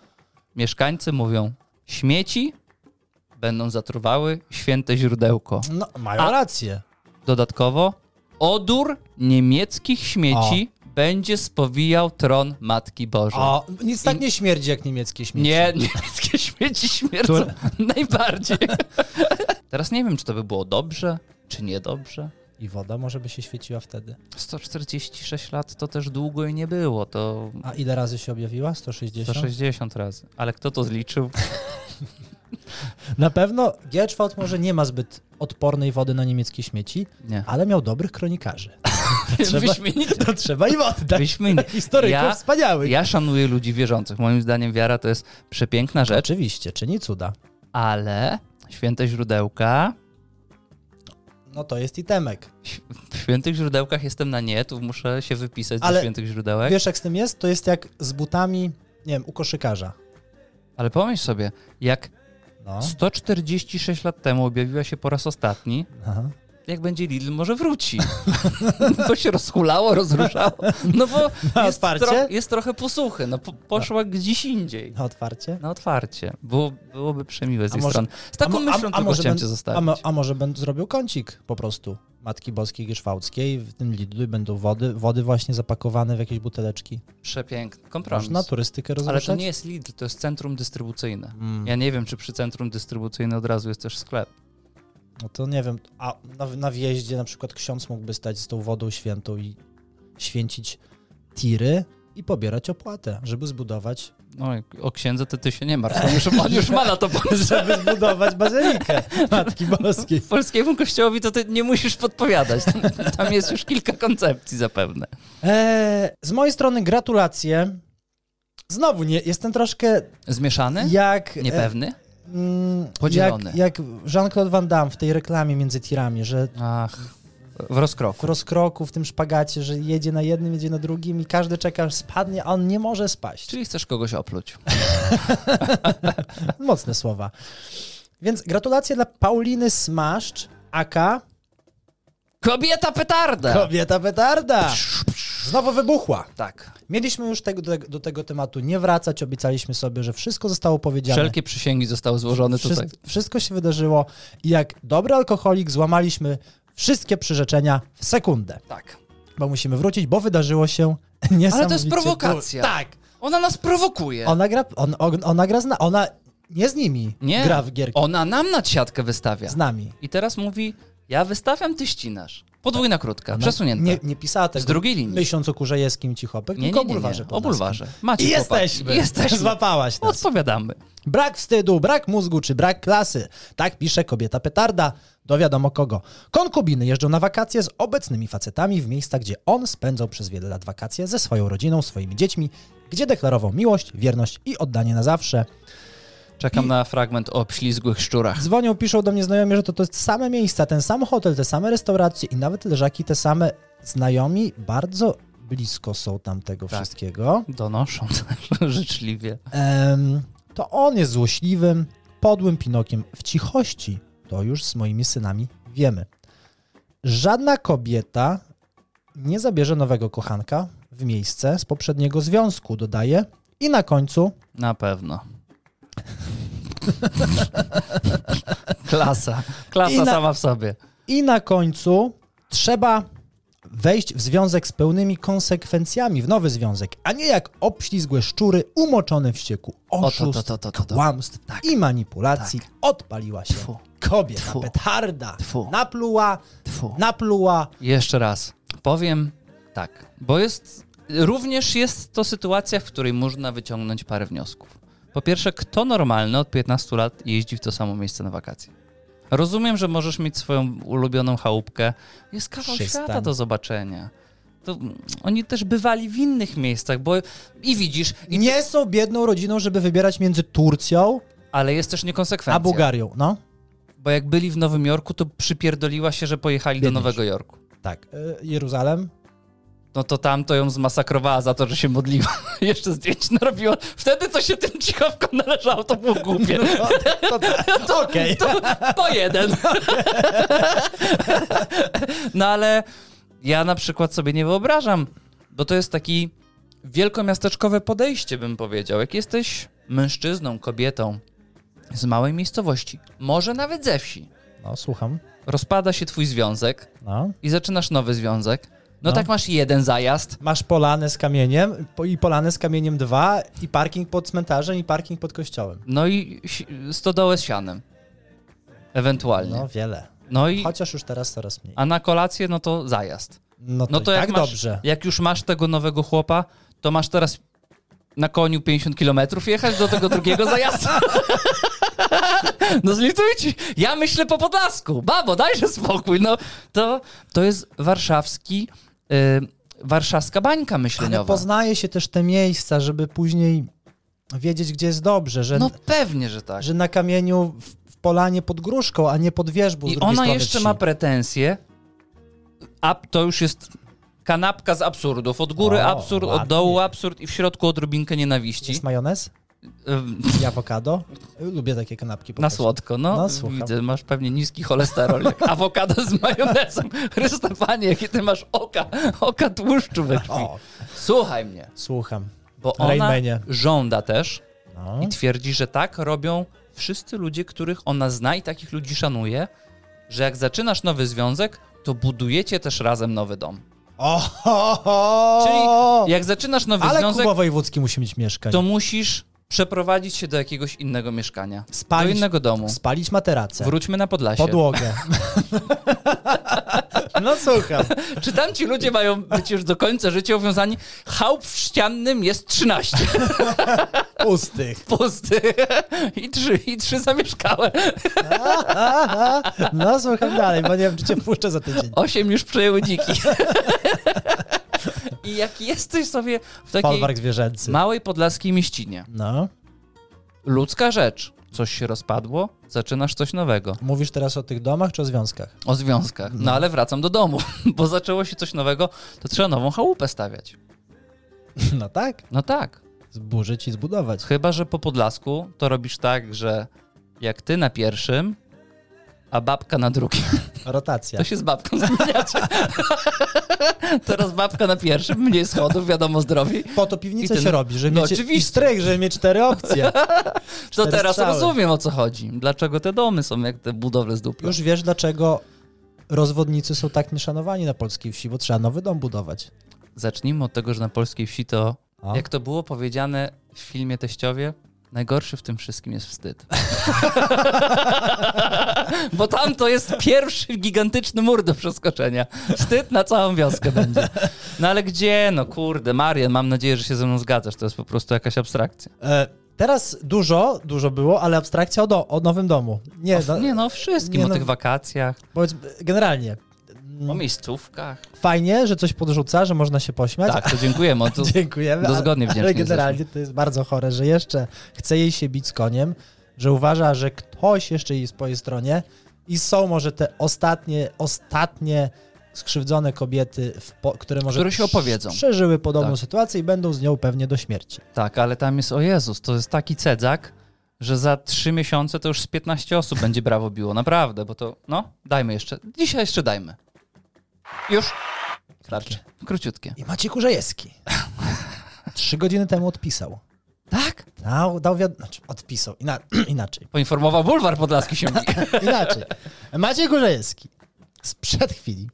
A: mieszkańcy mówią, śmieci będą zatruwały święte źródełko.
B: No, mają
A: A-
B: rację.
A: Dodatkowo odór niemieckich śmieci będzie spowijał tron Matki Bożej.
B: O, nic tak nie śmierdzi jak niemieckie śmieci.
A: Nie, niemieckie śmieci śmierdzą
B: Które-
A: najbardziej. Teraz nie wiem, czy to by było dobrze, czy niedobrze.
B: I woda może by się świeciła wtedy.
A: 146 lat to też długo i nie było, to
B: A ile razy się objawiła? 160?
A: 160 razy. Ale kto to zliczył?
B: Na pewno Gierczwald może nie ma zbyt odpornej wody na niemieckie śmieci,
A: Nie.
B: ale miał dobrych kronikarzy. trzeba-
A: Wyśmienity.
B: To trzeba i wody dać.
A: Wyśmienity.
B: Historyków
A: Ja-
B: wspaniałych.
A: Ja szanuję ludzi wierzących. Moim zdaniem wiara to jest przepiękna rzecz,
B: Oczywiście, czyni cuda.
A: ale święte źródełka...
B: No to jest i Temek.
A: W świętych źródełkach jestem na nie, tu muszę się wypisać
B: Ale
A: ze świętych źródełek.
B: Wiesz jak z tym jest? To jest jak z butami, nie wiem, u koszykarza.
A: Ale pomyśl sobie, jak
B: No.
A: 146 lat temu objawiła się po raz ostatni.
B: Aha.
A: Jak będzie Lidl, może wróci. to się rozhulało, rozruszało. No bo
B: Na
A: jest,
B: otwarcie?
A: jest trochę posuchy. No, po, poszła gdzieś indziej.
B: Na otwarcie?
A: Na otwarcie. Było, byłoby przemiłe z
B: A
A: jej
B: może-
A: strony. Z taką
B: mo-
A: myślą tylko chciałem
B: będę-
A: cię zostawić.
B: A, mo- a może będę zrobił kącik po prostu Matki Boskiej Gieszwałckiej w tym Lidlu i będą wody, wody właśnie zapakowane w jakieś buteleczki.
A: Przepiękny kompromis.
B: Można turystykę
A: Ale
B: rozruszać?
A: to nie jest Lidl, to jest centrum dystrybucyjne.
B: Hmm.
A: Ja nie wiem, czy przy centrum dystrybucyjnym od razu jest też sklep.
B: No to nie wiem, a na, na wjeździe na przykład ksiądz mógłby stać z tą wodą świętą i święcić tiry i pobierać opłatę, żeby zbudować,
A: No, i o księdze to ty się nie martw. On już, on już ma na to pomysł.
B: żeby zbudować bazylikę Matki Boskiej.
A: polskiemu kościołowi to ty nie musisz podpowiadać. Tam jest już kilka koncepcji zapewne.
B: Eee, z mojej strony gratulacje. Znowu nie, jestem troszkę
A: Zmieszany?
B: jak... e,
A: Niepewny?
B: Mm,
A: Podzielony.
B: Jak, jak Jean-Claude Van Damme w tej reklamie między tirami, że
A: Ach, w
B: w
A: rozkroku.
B: rozkroku, w tym szpagacie, że jedzie na jednym, jedzie na drugim i każdy czeka, aż spadnie, a on nie może spaść.
A: Czyli chcesz kogoś opluć.
B: Mocne słowa. Więc gratulacje dla Pauliny Smaszcz, aka
A: Kobieta petarda!
B: kobieta petarda. Znowu wybuchła.
A: Tak.
B: Mieliśmy już tego, do, do tego tematu nie wracać, obiecaliśmy sobie, że wszystko zostało powiedziane.
A: Wszelkie przysięgi zostały złożone
B: Wszystko,
A: tutaj.
B: wszystko się wydarzyło i jak dobry alkoholik złamaliśmy wszystkie przyrzeczenia w sekundę,
A: Tak.
B: bo musimy wrócić, bo wydarzyło się niesamowicie...
A: Ale to jest
B: dużo.
A: prowokacja.
B: Tak.
A: Ona nas prowokuje.
B: Ona gra, on, on, ona gra, zna, ona nie z nimi
A: nie.
B: gra w gierki,
A: Ona nam nad siatkę wystawia.
B: z nami.
A: I teraz mówi, ja wystawiam, ty ścinasz. Podwójna krótka,
B: Ona
A: przesunięta.
B: No, Nie, nie pisała tego.
A: Z drugiej linii.
B: Myśląc o Kurzajeskim Cichopek,
A: nie, nie,
B: tylko
A: nie, nie.
B: o bulwarze.
A: O
B: podlaskim.
A: bulwarze. Macie
B: I
A: chłopaki.
B: jesteśmy.
A: Jesteśmy.
B: Złapałaś nas.
A: Odpowiadamy.
B: Brak wstydu, brak mózgu czy brak klasy. Tak pisze kobieta petarda. Do wiadomo kogo. Konkubiny jeżdżą na wakacje z obecnymi facetami w miejsca, gdzie on spędzał przez wiele lat wakacje ze swoją rodziną, swoimi dziećmi, gdzie deklarował miłość, wierność i oddanie na zawsze.
A: Czekam na fragment o ślizgłych szczurach.
B: Dzwonią, piszą do mnie znajomi, że to, to jest same miejsca, ten sam hotel, te same restauracje i nawet leżaki te same znajomi bardzo blisko są tamtego
A: Tak.
B: wszystkiego.
A: Donoszą życzliwie.
B: Em, to on jest złośliwym, podłym Pinokiem w cichości. To już z moimi synami wiemy. Żadna kobieta nie zabierze nowego kochanka w miejsce z poprzedniego związku, dodaje. I na końcu
A: Na pewno. Klasa. Klasa
B: I na-
A: sama w sobie.
B: I na końcu trzeba wejść w związek z pełnymi konsekwencjami, w nowy związek, a nie jak obślizgłe szczury umoczone w ścieku oszustw,
A: to, to, to, to, to.
B: kłamstw
A: Tak.
B: i manipulacji. Odpaliła się
A: Tfu.
B: kobieta,
A: Tfu.
B: petarda,
A: Tfu.
B: napluła,
A: Tfu.
B: napluła.
A: Jeszcze raz. Powiem tak, bo jest. Również jest to sytuacja, w której można wyciągnąć parę wniosków. Po pierwsze, kto normalny od 15 lat jeździ w to samo miejsce na wakacje? Rozumiem, że możesz mieć swoją ulubioną chałupkę. Jest kawał
B: Przystań.
A: świata do zobaczenia. To mm, oni też bywali w innych miejscach, bo i widzisz, i...
B: Nie są biedną rodziną, żeby wybierać między Turcją
A: ale jest też niekonsekwencja.
B: a Bułgarią. No,
A: Bo jak byli w Nowym Jorku, to przypierdoliła się, że pojechali do
B: Biedniejsi.
A: Nowego Jorku.
B: tak. Y, Jeruzalem.
A: No to tamto ją zmasakrowała za to, że się modliła. Jeszcze zdjęć narobiła. Wtedy to się tym cichowko należało, to było głupie.
B: No, to, tak. Okej.
A: To po jeden. No ale ja na przykład sobie nie wyobrażam, bo to jest taki wielkomiasteczkowe podejście, bym powiedział. Jak jesteś mężczyzną, kobietą z małej miejscowości, może nawet ze wsi,
B: No, słucham.
A: rozpada się twój związek,
B: No.
A: i zaczynasz nowy związek, no,
B: No.
A: tak masz jeden zajazd.
B: Masz polanę z kamieniem po- i polanę z kamieniem dwa i parking pod cmentarzem i parking pod kościołem.
A: No i si- stodołę z sianem. Ewentualnie.
B: No
A: No,
B: wiele.
A: i
B: Chociaż już teraz coraz mniej.
A: a na kolację, no to zajazd.
B: No to,
A: No to
B: i
A: jak,
B: tak
A: masz,
B: dobrze.
A: jak już masz tego nowego chłopa, to masz teraz na koniu 50 kilometrów jechać do tego drugiego zajazdu. No zlitujcie. Ja myślę po podlasku. Babo, dajże spokój. No to, to jest warszawski, y, warszawska bańka
B: Ale
A: myśleniowa.
B: poznaje się też te miejsca, żeby później wiedzieć, gdzie jest dobrze, że,
A: No pewnie, że tak.
B: że na kamieniu w, w polanie pod gruszką, a nie pod wierzbą z
A: I
B: drugiej
A: ona
B: strony
A: jeszcze
B: wsi.
A: ma pretensje. A to już jest kanapka z absurdów. Od góry
B: O,
A: absurd,
B: ładnie.
A: od dołu absurd i w środku odrobinkę nienawiści.
B: Jest majonez
A: Ym,
B: i awokado. Lubię takie kanapki. Po
A: Na
B: prostu.
A: słodko, no.
B: No, słucham.
A: Widzę, masz pewnie niski cholesterol. Jak awokado z majonezem. Chrystowanie, jakie ty masz oka, oka tłuszczu we krwi.
B: O,
A: Słuchaj mnie,
B: słucham.
A: bo
B: Rain
A: ona
B: Manie.
A: żąda też
B: No.
A: i twierdzi, że tak robią wszyscy ludzie, których ona zna i takich ludzi szanuje, że jak zaczynasz nowy związek, to budujecie też razem nowy dom.
B: O, ho, ho.
A: Czyli jak zaczynasz nowy
B: Ale
A: związek,
B: Kuba Wojewódzki musi mieć mieszkanie.
A: to musisz przeprowadzić się do jakiegoś innego mieszkania.
B: Spalić-
A: do innego domu.
B: Spalić materace.
A: Wróćmy na Podlasie.
B: Podłogę. no słucham.
A: Czy tam ci ludzie mają być już do końca życia uwiązani? Chałup w ściannym jest 13
B: Pustych.
A: pusty i trzy i trzy zamieszkałe.
B: No słucham dalej, bo nie wiem, czy cię wpuszczę za tydzień.
A: Osiem już przejęły dziki. I jak jesteś sobie w takiej
B: Folwark zwierzęcy.
A: małej podlaskiej mieścinie,
B: No.
A: ludzka rzecz, coś się rozpadło, zaczynasz coś nowego.
B: Mówisz teraz o tych domach czy o związkach?
A: O związkach. No ale wracam do domu, bo zaczęło się coś nowego, to trzeba nową chałupę stawiać.
B: No tak.
A: No tak.
B: Zburzyć i zbudować.
A: Chyba, że po Podlasku to robisz tak, że jak ty na pierwszym, a babka na drugim.
B: Rotacja.
A: To się z babką zmieniacie. Teraz babka na pierwszym, mniej schodów, wiadomo, zdrowi.
B: Po to piwnicę
A: I ten-
B: się robi, żeby
A: No
B: mieć
A: oczywiście.
B: i strych, żeby mieć cztery opcje.
A: To
B: Cztery
A: teraz
B: strzały.
A: rozumiem, o co chodzi. Dlaczego te domy są jak te budowle z dupla.
B: Już wiesz, dlaczego rozwodnicy są tak nieszanowani na polskiej wsi, bo trzeba nowy dom budować.
A: Zacznijmy od tego, że na polskiej wsi to,
B: O.
A: jak to było powiedziane w filmie Teściowie, najgorszy w tym wszystkim jest wstyd. Bo tam to jest pierwszy gigantyczny mur do przeskoczenia. Wstyd na całą wioskę będzie. No ale gdzie? No kurde, Marian, mam nadzieję, że się ze mną zgadzasz. To jest po prostu jakaś abstrakcja.
B: E, teraz dużo, dużo było, ale abstrakcja o, do, o nowym domu. Nie, no,
A: Nie no, o wszystkim,
B: Nie
A: o
B: no.
A: tych wakacjach,
B: powiedz generalnie.
A: o
B: mm,
A: miejscówkach.
B: Fajnie, że coś podrzuca, że można się pośmiać.
A: Tak, to dziękujemy. O, to,
B: Dziękujemy. ale-
A: Dozgodnie wdzięczni
B: Ale generalnie to jest bardzo chore, że jeszcze chce jej się bić z koniem, że uważa, że ktoś jeszcze jest po jej stronie i są może te ostatnie, ostatnie skrzywdzone kobiety, w po, które może
A: Które się opowiedzą.
B: przeżyły podobną
A: Tak.
B: sytuację i będą z nią pewnie do śmierci.
A: Tak, ale tam jest, o Jezus, to jest taki cedzak, że za trzy miesiące to już z 15 osób będzie brawo biło, naprawdę, bo to, no, dajmy jeszcze, dzisiaj jeszcze dajmy. Już. Starczy. Króciutkie.
B: I Maciek Urzejewski trzy godziny temu odpisał.
A: Tak?
B: Dał, dał wiad... znaczy, odpisał, Ina... inaczej.
A: Poinformował Bulwar Podlaski się.
B: Inaczej. Maciej Górzejewski sprzed chwili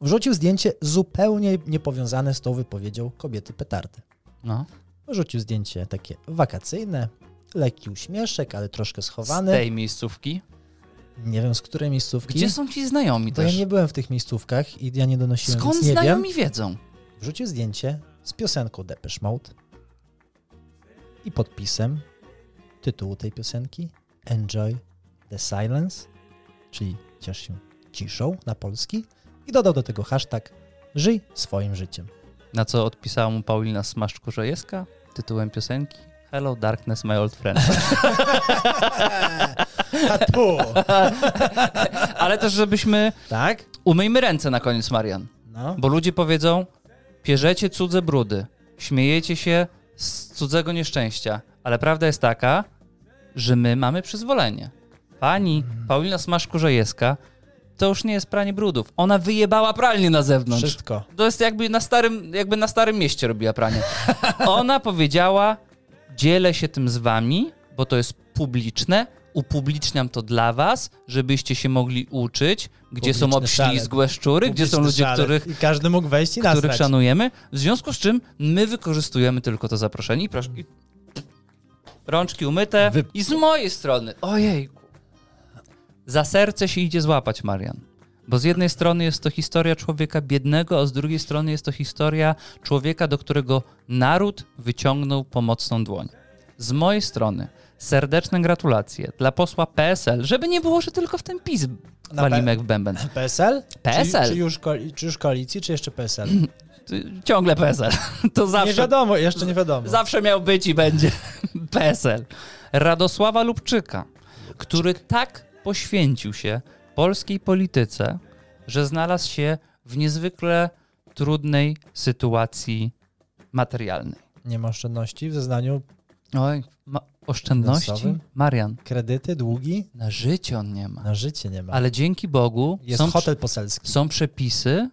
B: wrzucił zdjęcie zupełnie niepowiązane z tą wypowiedzią kobiety petardy.
A: No,
B: Wrzucił zdjęcie takie wakacyjne, lekki uśmieszek, ale troszkę
A: z
B: schowany.
A: tej miejscówki.
B: Nie wiem z której miejscówki.
A: Gdzie są ci znajomi
B: Bo ja
A: też?
B: nie byłem w tych miejscówkach i ja nie donosiłem,
A: Skąd
B: więc nie
A: znajomi wiedzą?
B: wiem. Wrzucił zdjęcie z piosenką Depeche Mode i podpisem tytułu tej piosenki Enjoy the Silence, czyli ciesz się ciszą na polski i dodał do tego hashtag Żyj swoim życiem.
A: Na co odpisała mu Paulina Smaszcz-Kurzejeska tytułem piosenki Hello Darkness My Old Friend.
B: A tu!
A: Ale też, żebyśmy...
B: tak?
A: Umyjmy ręce na koniec, Marian.
B: No.
A: Bo ludzie powiedzą, pierzecie cudze brudy, śmiejecie się z cudzego nieszczęścia, ale prawda jest taka, że my mamy przyzwolenie. Pani Paulina Smaszkurzejeska to już nie jest pranie brudów. Ona wyjebała pralnię na zewnątrz.
B: Wszystko.
A: To jest jakby na starym, jakby na starym mieście robiła pranie. Ona powiedziała, dzielę się tym z wami, bo to jest publiczne, upubliczniam to dla was, żebyście się mogli uczyć, gdzie są
B: Publiczny
A: obślizgłe szczury, gdzie są ludzie,
B: Publiczny szalek.
A: których
B: I każdy mógł wejść i
A: których
B: nasrać.
A: szanujemy, w związku z czym my wykorzystujemy tylko to zaproszenie. I proszę. I... Rączki umyte.
B: Wy-
A: I z mojej strony. Ojej. Za serce się idzie złapać, Marian. Bo z jednej strony jest to historia człowieka biednego, a z drugiej strony jest to historia człowieka, do którego naród wyciągnął pomocną dłoń. Z mojej strony serdeczne gratulacje dla posła PSL, żeby nie było, że tylko w ten PiS
B: Na
A: walimy jak w bęben.
B: PSL?
A: PSL.
B: Czy, czy, już koali- czy już koalicji, czy jeszcze PSL?
A: Ty- Ciągle PSL. To zawsze.
B: Nie wiadomo, jeszcze nie wiadomo.
A: No. Zawsze miał być i będzie. PSL. Radosława Lubczyka, który tak poświęcił się polskiej polityce, że znalazł się w niezwykle trudnej sytuacji materialnej.
B: Nie ma oszczędności w zeznaniu
A: Oj, ma oszczędności?
B: Finansowym?
A: Marian,
B: kredyty, długi,
A: na życie on nie ma.
B: na życie nie ma.
A: Ale dzięki Bogu
B: Jest
A: są,
B: hotel poselski.
A: są przepisy,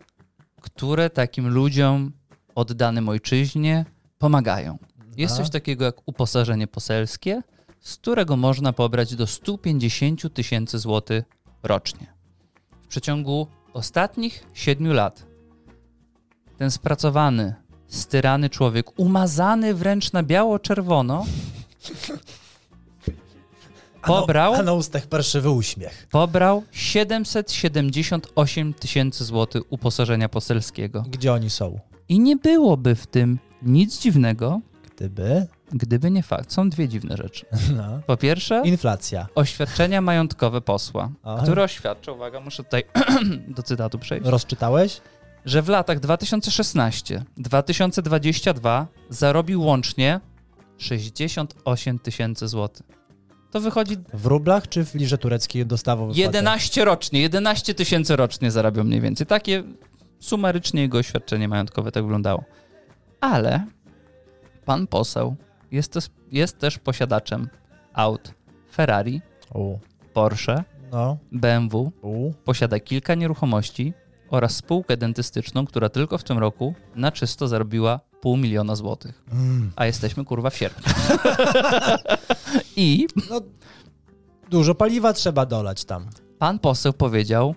A: które takim ludziom oddanym ojczyźnie pomagają. Jest
B: Aha.
A: coś takiego jak uposażenie poselskie, z którego można pobrać do 150 000 tysięcy złotych rocznie. W przeciągu ostatnich 7 lat ten spracowany, styrany człowiek, umazany wręcz na biało-czerwono, pobrał,
B: A na, a na ustach parszywy uśmiech.
A: pobrał 778 000 tysięcy złotych uposażenia poselskiego.
B: Gdzie oni są?
A: I nie byłoby w tym nic dziwnego,
B: Gdyby...
A: gdyby nie fakt. Są dwie dziwne rzeczy.
B: No.
A: Po pierwsze,
B: Inflacja.
A: oświadczenia majątkowe posła,
B: Aha.
A: które oświadcza, uwaga, muszę tutaj do cytatu przejść,
B: Rozczytałeś?
A: że w latach 2016-2022 zarobił łącznie 68 000 tysięcy złotych. To wychodzi
B: W rublach czy w lirze tureckiej dostawą wypłatę?
A: 11 rocznie, 11 tysięcy rocznie zarabiał mniej więcej. Takie sumarycznie jego oświadczenie majątkowe tak wyglądało. Ale pan poseł jest, też- jest też posiadaczem aut Ferrari,
B: U.
A: Porsche,
B: No.
A: BMW
B: U.
A: posiada kilka nieruchomości oraz spółkę dentystyczną, która tylko w tym roku na czysto zarobiła pół miliona złotych.
B: Mm.
A: A jesteśmy kurwa w sierpniu. I
B: No, dużo paliwa trzeba dolać tam.
A: pan poseł powiedział,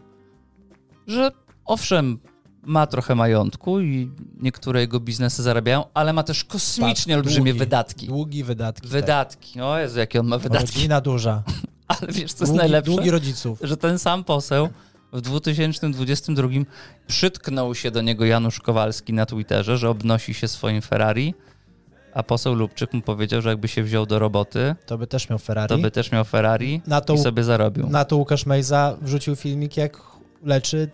A: że owszem, ma trochę majątku i niektóre jego biznesy zarabiają, ale ma też kosmicznie
B: Tak,
A: olbrzymie
B: długi-
A: wydatki.
B: Długi tak. wydatki.
A: Wydatki. O Jezu, jakie on ma
B: tak.
A: wydatki.
B: Rodzina duża.
A: Ale wiesz, co jest
B: Długi,
A: najlepsze?
B: długi rodziców.
A: że ten sam poseł w 2022 przytknął się do niego Janusz Kowalski na Twitterze, że obnosi się swoim Ferrari, a poseł Lubczyk mu powiedział, że jakby się wziął do roboty,
B: To by też miał Ferrari.
A: to by też miał Ferrari
B: Na to-
A: i sobie zarobił.
B: Na to Łukasz Mejza wrzucił filmik, jak leczy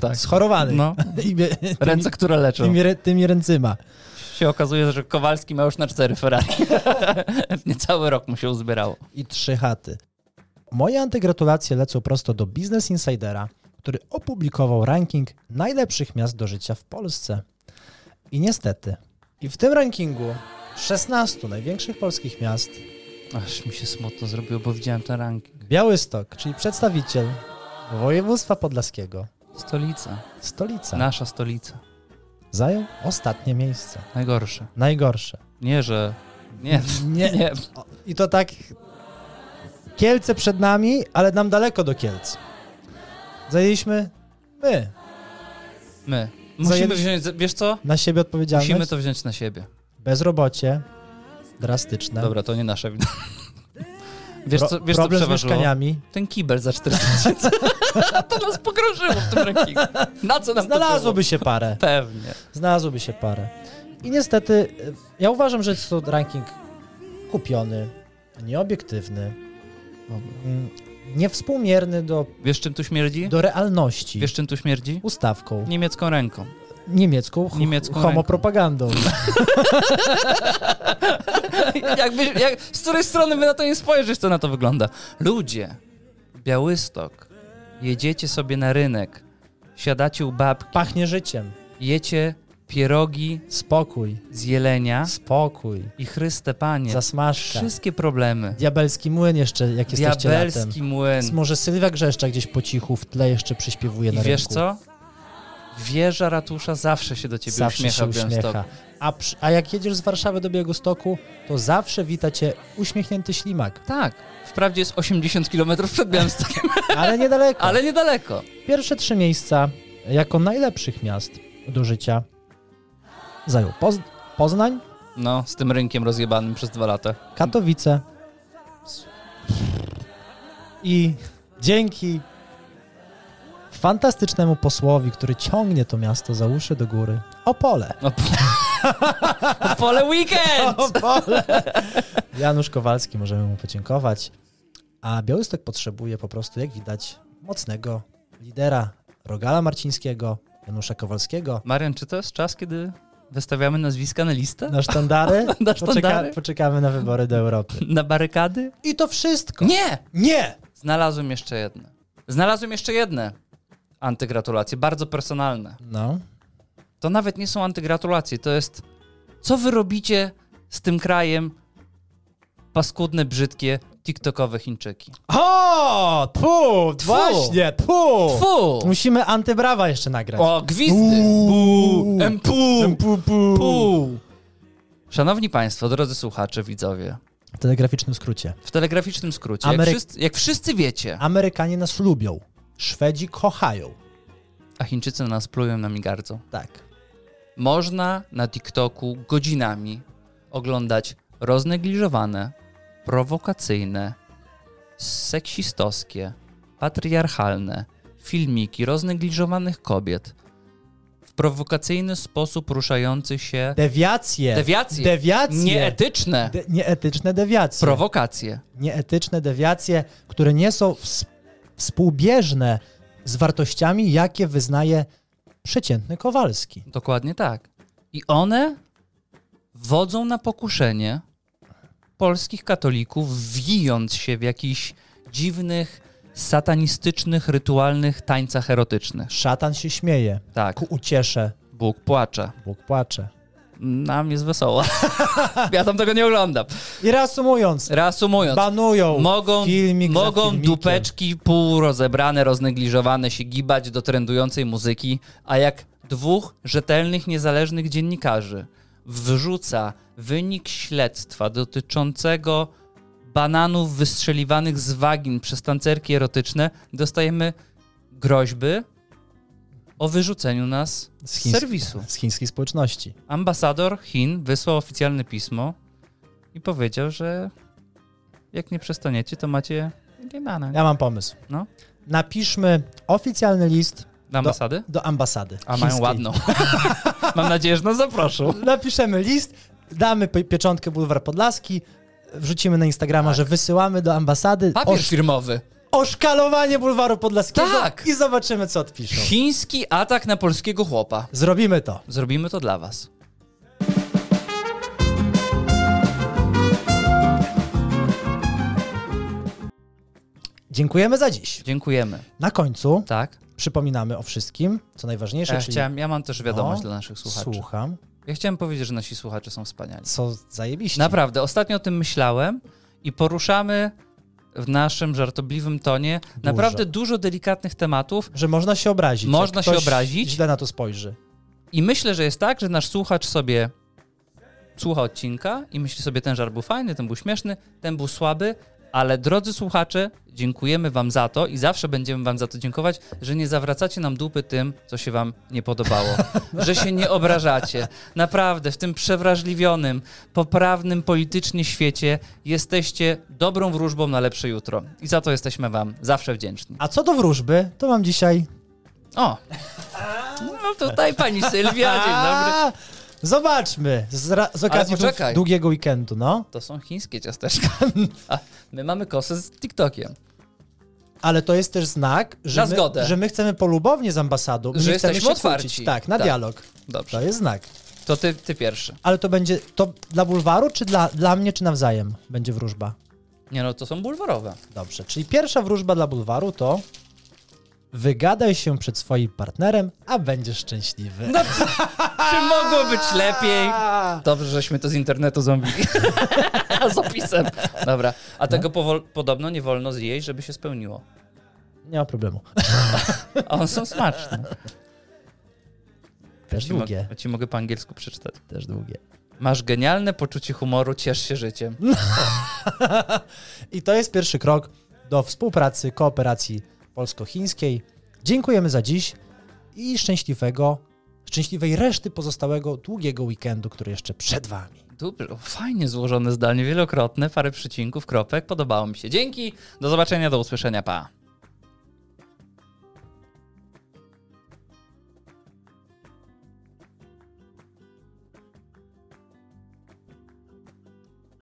A: tak.
B: schorowany.
A: No,
B: I mnie-
A: ręce, które leczą.
B: tymi, rę- tymi ręcyma.
A: Się okazuje, że Kowalski ma już na cztery Ferrari. Niecały rok mu się uzbierało.
B: i trzy chaty. Moje antygratulacje lecą prosto do Business Insidera, który opublikował ranking najlepszych miast do życia w Polsce. I niestety, i w tym rankingu 16 największych polskich miast
A: Aż mi się smutno zrobiło, bo widziałem ten ranking.
B: Białystok, czyli przedstawiciel województwa podlaskiego,
A: Stolica.
B: stolica,
A: Nasza stolica.
B: zajął ostatnie miejsce.
A: Najgorsze.
B: Najgorsze.
A: Nie, że... Nie,
B: Nie.
A: nie.
B: O, I to tak. Kielce przed nami, ale nam daleko do Kielc. Zajęliśmy my
A: My. Musimy
B: Zajęli-
A: wziąć, wiesz co?
B: na siebie odpowiedzialność.
A: Musimy to wziąć na siebie.
B: bezrobocie drastyczne.
A: Dobra, to nie nasze wina. Wiesz
B: Pro-
A: co, wiesz co
B: problem z
A: przeważyło? Tak,
B: mieszkaniami.
A: Ten kibel za 400 tysięcy. to nas pogrążyło w tym rankingu. Na co nam to
B: Znalazłoby się parę.
A: było? Tak. Pewnie.
B: Znalazłoby się parę. I niestety, y, ja uważam, że jest to ranking kupiony, nieobiektywny, mm, niewspółmierny do,
A: Wiesz czym tu śmierdzi?
B: do realności.
A: Wiesz czym tu śmierdzi?
B: Ustawką.
A: Niemiecką ręką.
B: Niemiecką, ch-
A: Niemiecką Tak.
B: homopropagandą.
A: Jakby, jak, z której strony my na to nie spojrzysz, to na to wygląda. Ludzie, Białystok, jedziecie sobie na rynek, siadacie u babki,
B: Pachnie życiem.
A: jecie pierogi
B: Spokój.
A: z jelenia
B: Spokój.
A: i Chryste Panie.
B: Zasmażka.
A: Wszystkie problemy.
B: Diabelski młyn jeszcze, jak jesteście latem.
A: Diabelski młyn.
B: Może Sylwia Grzeszcza gdzieś po cichu w tle jeszcze przyśpiewuje
A: I
B: na
A: wiesz
B: rynku.
A: co? Wieża ratusza zawsze się do ciebie
B: Zawsze
A: uśmiecha
B: się
A: w Białymstoku.
B: uśmiecha. A, przy, a jak jedziesz z Warszawy do Białegostoku, to zawsze wita cię uśmiechnięty ślimak,
A: Tak, wprawdzie jest 80 km przed Białymstokiem,
B: ale niedaleko.
A: ale niedaleko.
B: Pierwsze trzy miejsca jako najlepszych miast do życia zajął Poz- Poznań,
A: No, z tym rynkiem rozjebanym przez dwa lata.
B: Katowice i dzięki fantastycznemu posłowi, który ciągnie to miasto za uszy do góry, Opole.
A: No, p- Opole weekend!
B: Opole. Janusz Kowalski, możemy mu podziękować. A Białystok potrzebuje po prostu, jak widać, mocnego lidera Rogala Marcińskiego, Janusza Kowalskiego.
A: Marian, czy to jest czas, kiedy wystawiamy nazwiska na listę?
B: Na sztandary?
A: Na sztandary?
B: poczekamy na wybory do Europy.
A: Na barykady?
B: I to wszystko.
A: Nie!
B: Nie!
A: Znalazłem jeszcze jedne. Znalazłem jeszcze jedne antygratulacje, bardzo personalne.
B: No.
A: to nawet nie są antygratulacje, to jest co wy robicie z tym krajem paskudne, brzydkie, tiktokowe Chińczyki.
B: O! Pu! Właśnie! Pu!
A: Fu!
B: Musimy antybrawa jeszcze nagrać.
A: O, gwizdy! Bu! Empu!
B: Pu, pu.
A: Pu! Szanowni Państwo, drodzy słuchacze, widzowie,
B: W telegraficznym skrócie.
A: w telegraficznym skrócie, jak
B: Amery-
A: wszyscy, jak wszyscy wiecie,
B: Amerykanie nas lubią. Szwedzi kochają.
A: a Chińczycy na nas plują, nami gardzą,
B: Tak.
A: można na TikToku godzinami oglądać roznegliżowane, prowokacyjne, seksistowskie, patriarchalne filmiki roznegliżowanych kobiet w prowokacyjny sposób ruszający się
B: Dewiacje.
A: dewiacje,
B: Dewiacje.
A: nieetyczne
B: De- nieetyczne dewiacje.
A: prowokacje.
B: nieetyczne dewiacje, które nie są ws- współbieżne z wartościami, jakie wyznaje przeciętny Kowalski.
A: Dokładnie tak. I one wodzą na pokuszenie polskich katolików, wijąc się w jakichś dziwnych, satanistycznych, rytualnych tańcach erotycznych.
B: Szatan się śmieje.
A: Tak,
B: Ku uciesze.
A: Bóg płacze.
B: Bóg płacze.
A: nam jest wesoło. ja tam tego nie oglądam.
B: I reasumując,
A: Reasumując,
B: banują
A: mogą,
B: filmik za
A: mogą
B: filmikiem.
A: dupeczki półrozebrane, roznegliżowane się gibać do trendującej muzyki, a jak dwóch rzetelnych, niezależnych dziennikarzy wrzuca wynik śledztwa dotyczącego bananów wystrzeliwanych z wagin przez tancerki erotyczne, dostajemy groźby o wyrzuceniu nas
B: z,
A: z
B: chińs-
A: serwisu.
B: z chińskiej społeczności.
A: Ambasador Chin wysłał oficjalne pismo i powiedział, że jak nie przestaniecie, to macie gejmana.
B: Ja mam pomysł.
A: No.
B: Napiszmy oficjalny list
A: Do ambasady?
B: do ambasady.
A: A mają
B: chińskiej.
A: ładną. Mam nadzieję, że nas zaproszą.
B: Napiszemy list, damy pie- pieczątkę Bulwar Podlaski, wrzucimy na Instagrama, że wysyłamy do ambasady
A: Tak. Papier
B: osz-
A: firmowy.
B: oszkalowanie Bulwaru Podlaskiego
A: Tak!
B: i zobaczymy, co odpiszą.
A: Chiński atak na polskiego chłopa.
B: Zrobimy to.
A: Zrobimy to dla was.
B: Dziękujemy za dziś.
A: Dziękujemy.
B: Na końcu
A: Tak?
B: przypominamy o wszystkim, co najważniejsze,
A: Ja,
B: czyli...
A: chciałem, ja mam też wiadomość
B: No,
A: dla naszych słuchaczy.
B: Słucham.
A: Ja chciałem powiedzieć, że nasi słuchacze są wspaniali.
B: Co zajebiście.
A: Naprawdę, ostatnio o tym myślałem i poruszamy w naszym żartobliwym tonie naprawdę dużo delikatnych tematów,
B: Że można się obrazić.
A: Można
B: jak
A: się
B: ktoś
A: obrazić.
B: źle na to spojrzy.
A: I myślę, że jest tak, że nasz słuchacz sobie słucha odcinka i myśli sobie, ten żart był fajny, ten był śmieszny, ten był słaby, ale drodzy słuchacze, dziękujemy wam za to i zawsze będziemy wam za to dziękować, że nie zawracacie nam dupy tym, co się wam nie podobało, że się nie obrażacie. Naprawdę, w tym przewrażliwionym, poprawnym politycznie świecie jesteście dobrą wróżbą na lepsze jutro. I za to jesteśmy wam zawsze wdzięczni.
B: A co do wróżby, to mam dzisiaj...
A: O! No tutaj pani Sylwia, dzień dobry.
B: A, Zobaczmy, z, ra- z okazji
A: poczekaj.
B: długiego weekendu, no.
A: To są chińskie ciasteczka. A my mamy kosę z TikTokiem.
B: Ale to jest też znak, że,
A: Na
B: my,
A: zgodę.
B: że my chcemy polubownie z ambasadą. My
A: Że
B: nie chcemy
A: jesteśmy
B: się kłócić.
A: otwarci.
B: Tak, na
A: Tak.
B: dialog. To
A: Dobrze.
B: jest znak.
A: To ty, ty pierwszy.
B: Ale to będzie, to dla bulwaru, czy dla, dla mnie, czy nawzajem będzie wróżba?
A: Nie no, to są bulwarowe.
B: Dobrze, czyli pierwsza wróżba dla bulwaru to wygadaj się przed swoim partnerem, a będziesz szczęśliwy.
A: No. Czy mogło być lepiej? Dobrze, żeśmy to z internetu zrobili. z opisem. Dobra. A tego powol- podobno nie wolno zjeść, żeby się spełniło.
B: Nie ma problemu.
A: A one są smaczne.
B: Też
A: Ci mo-
B: długie,
A: Ci mogę po angielsku przeczytać.
B: też długie.
A: Masz genialne poczucie humoru, ciesz się życiem.
B: I to jest pierwszy krok do współpracy, kooperacji polsko-chińskiej. Dziękujemy za dziś i szczęśliwego, szczęśliwej reszty pozostałego długiego weekendu, który jeszcze przed wami.
A: Dobrze, o, fajnie złożone zdanie, wielokrotne, parę przycinków, kropek, podobało mi się. Dzięki, do zobaczenia, do usłyszenia, pa.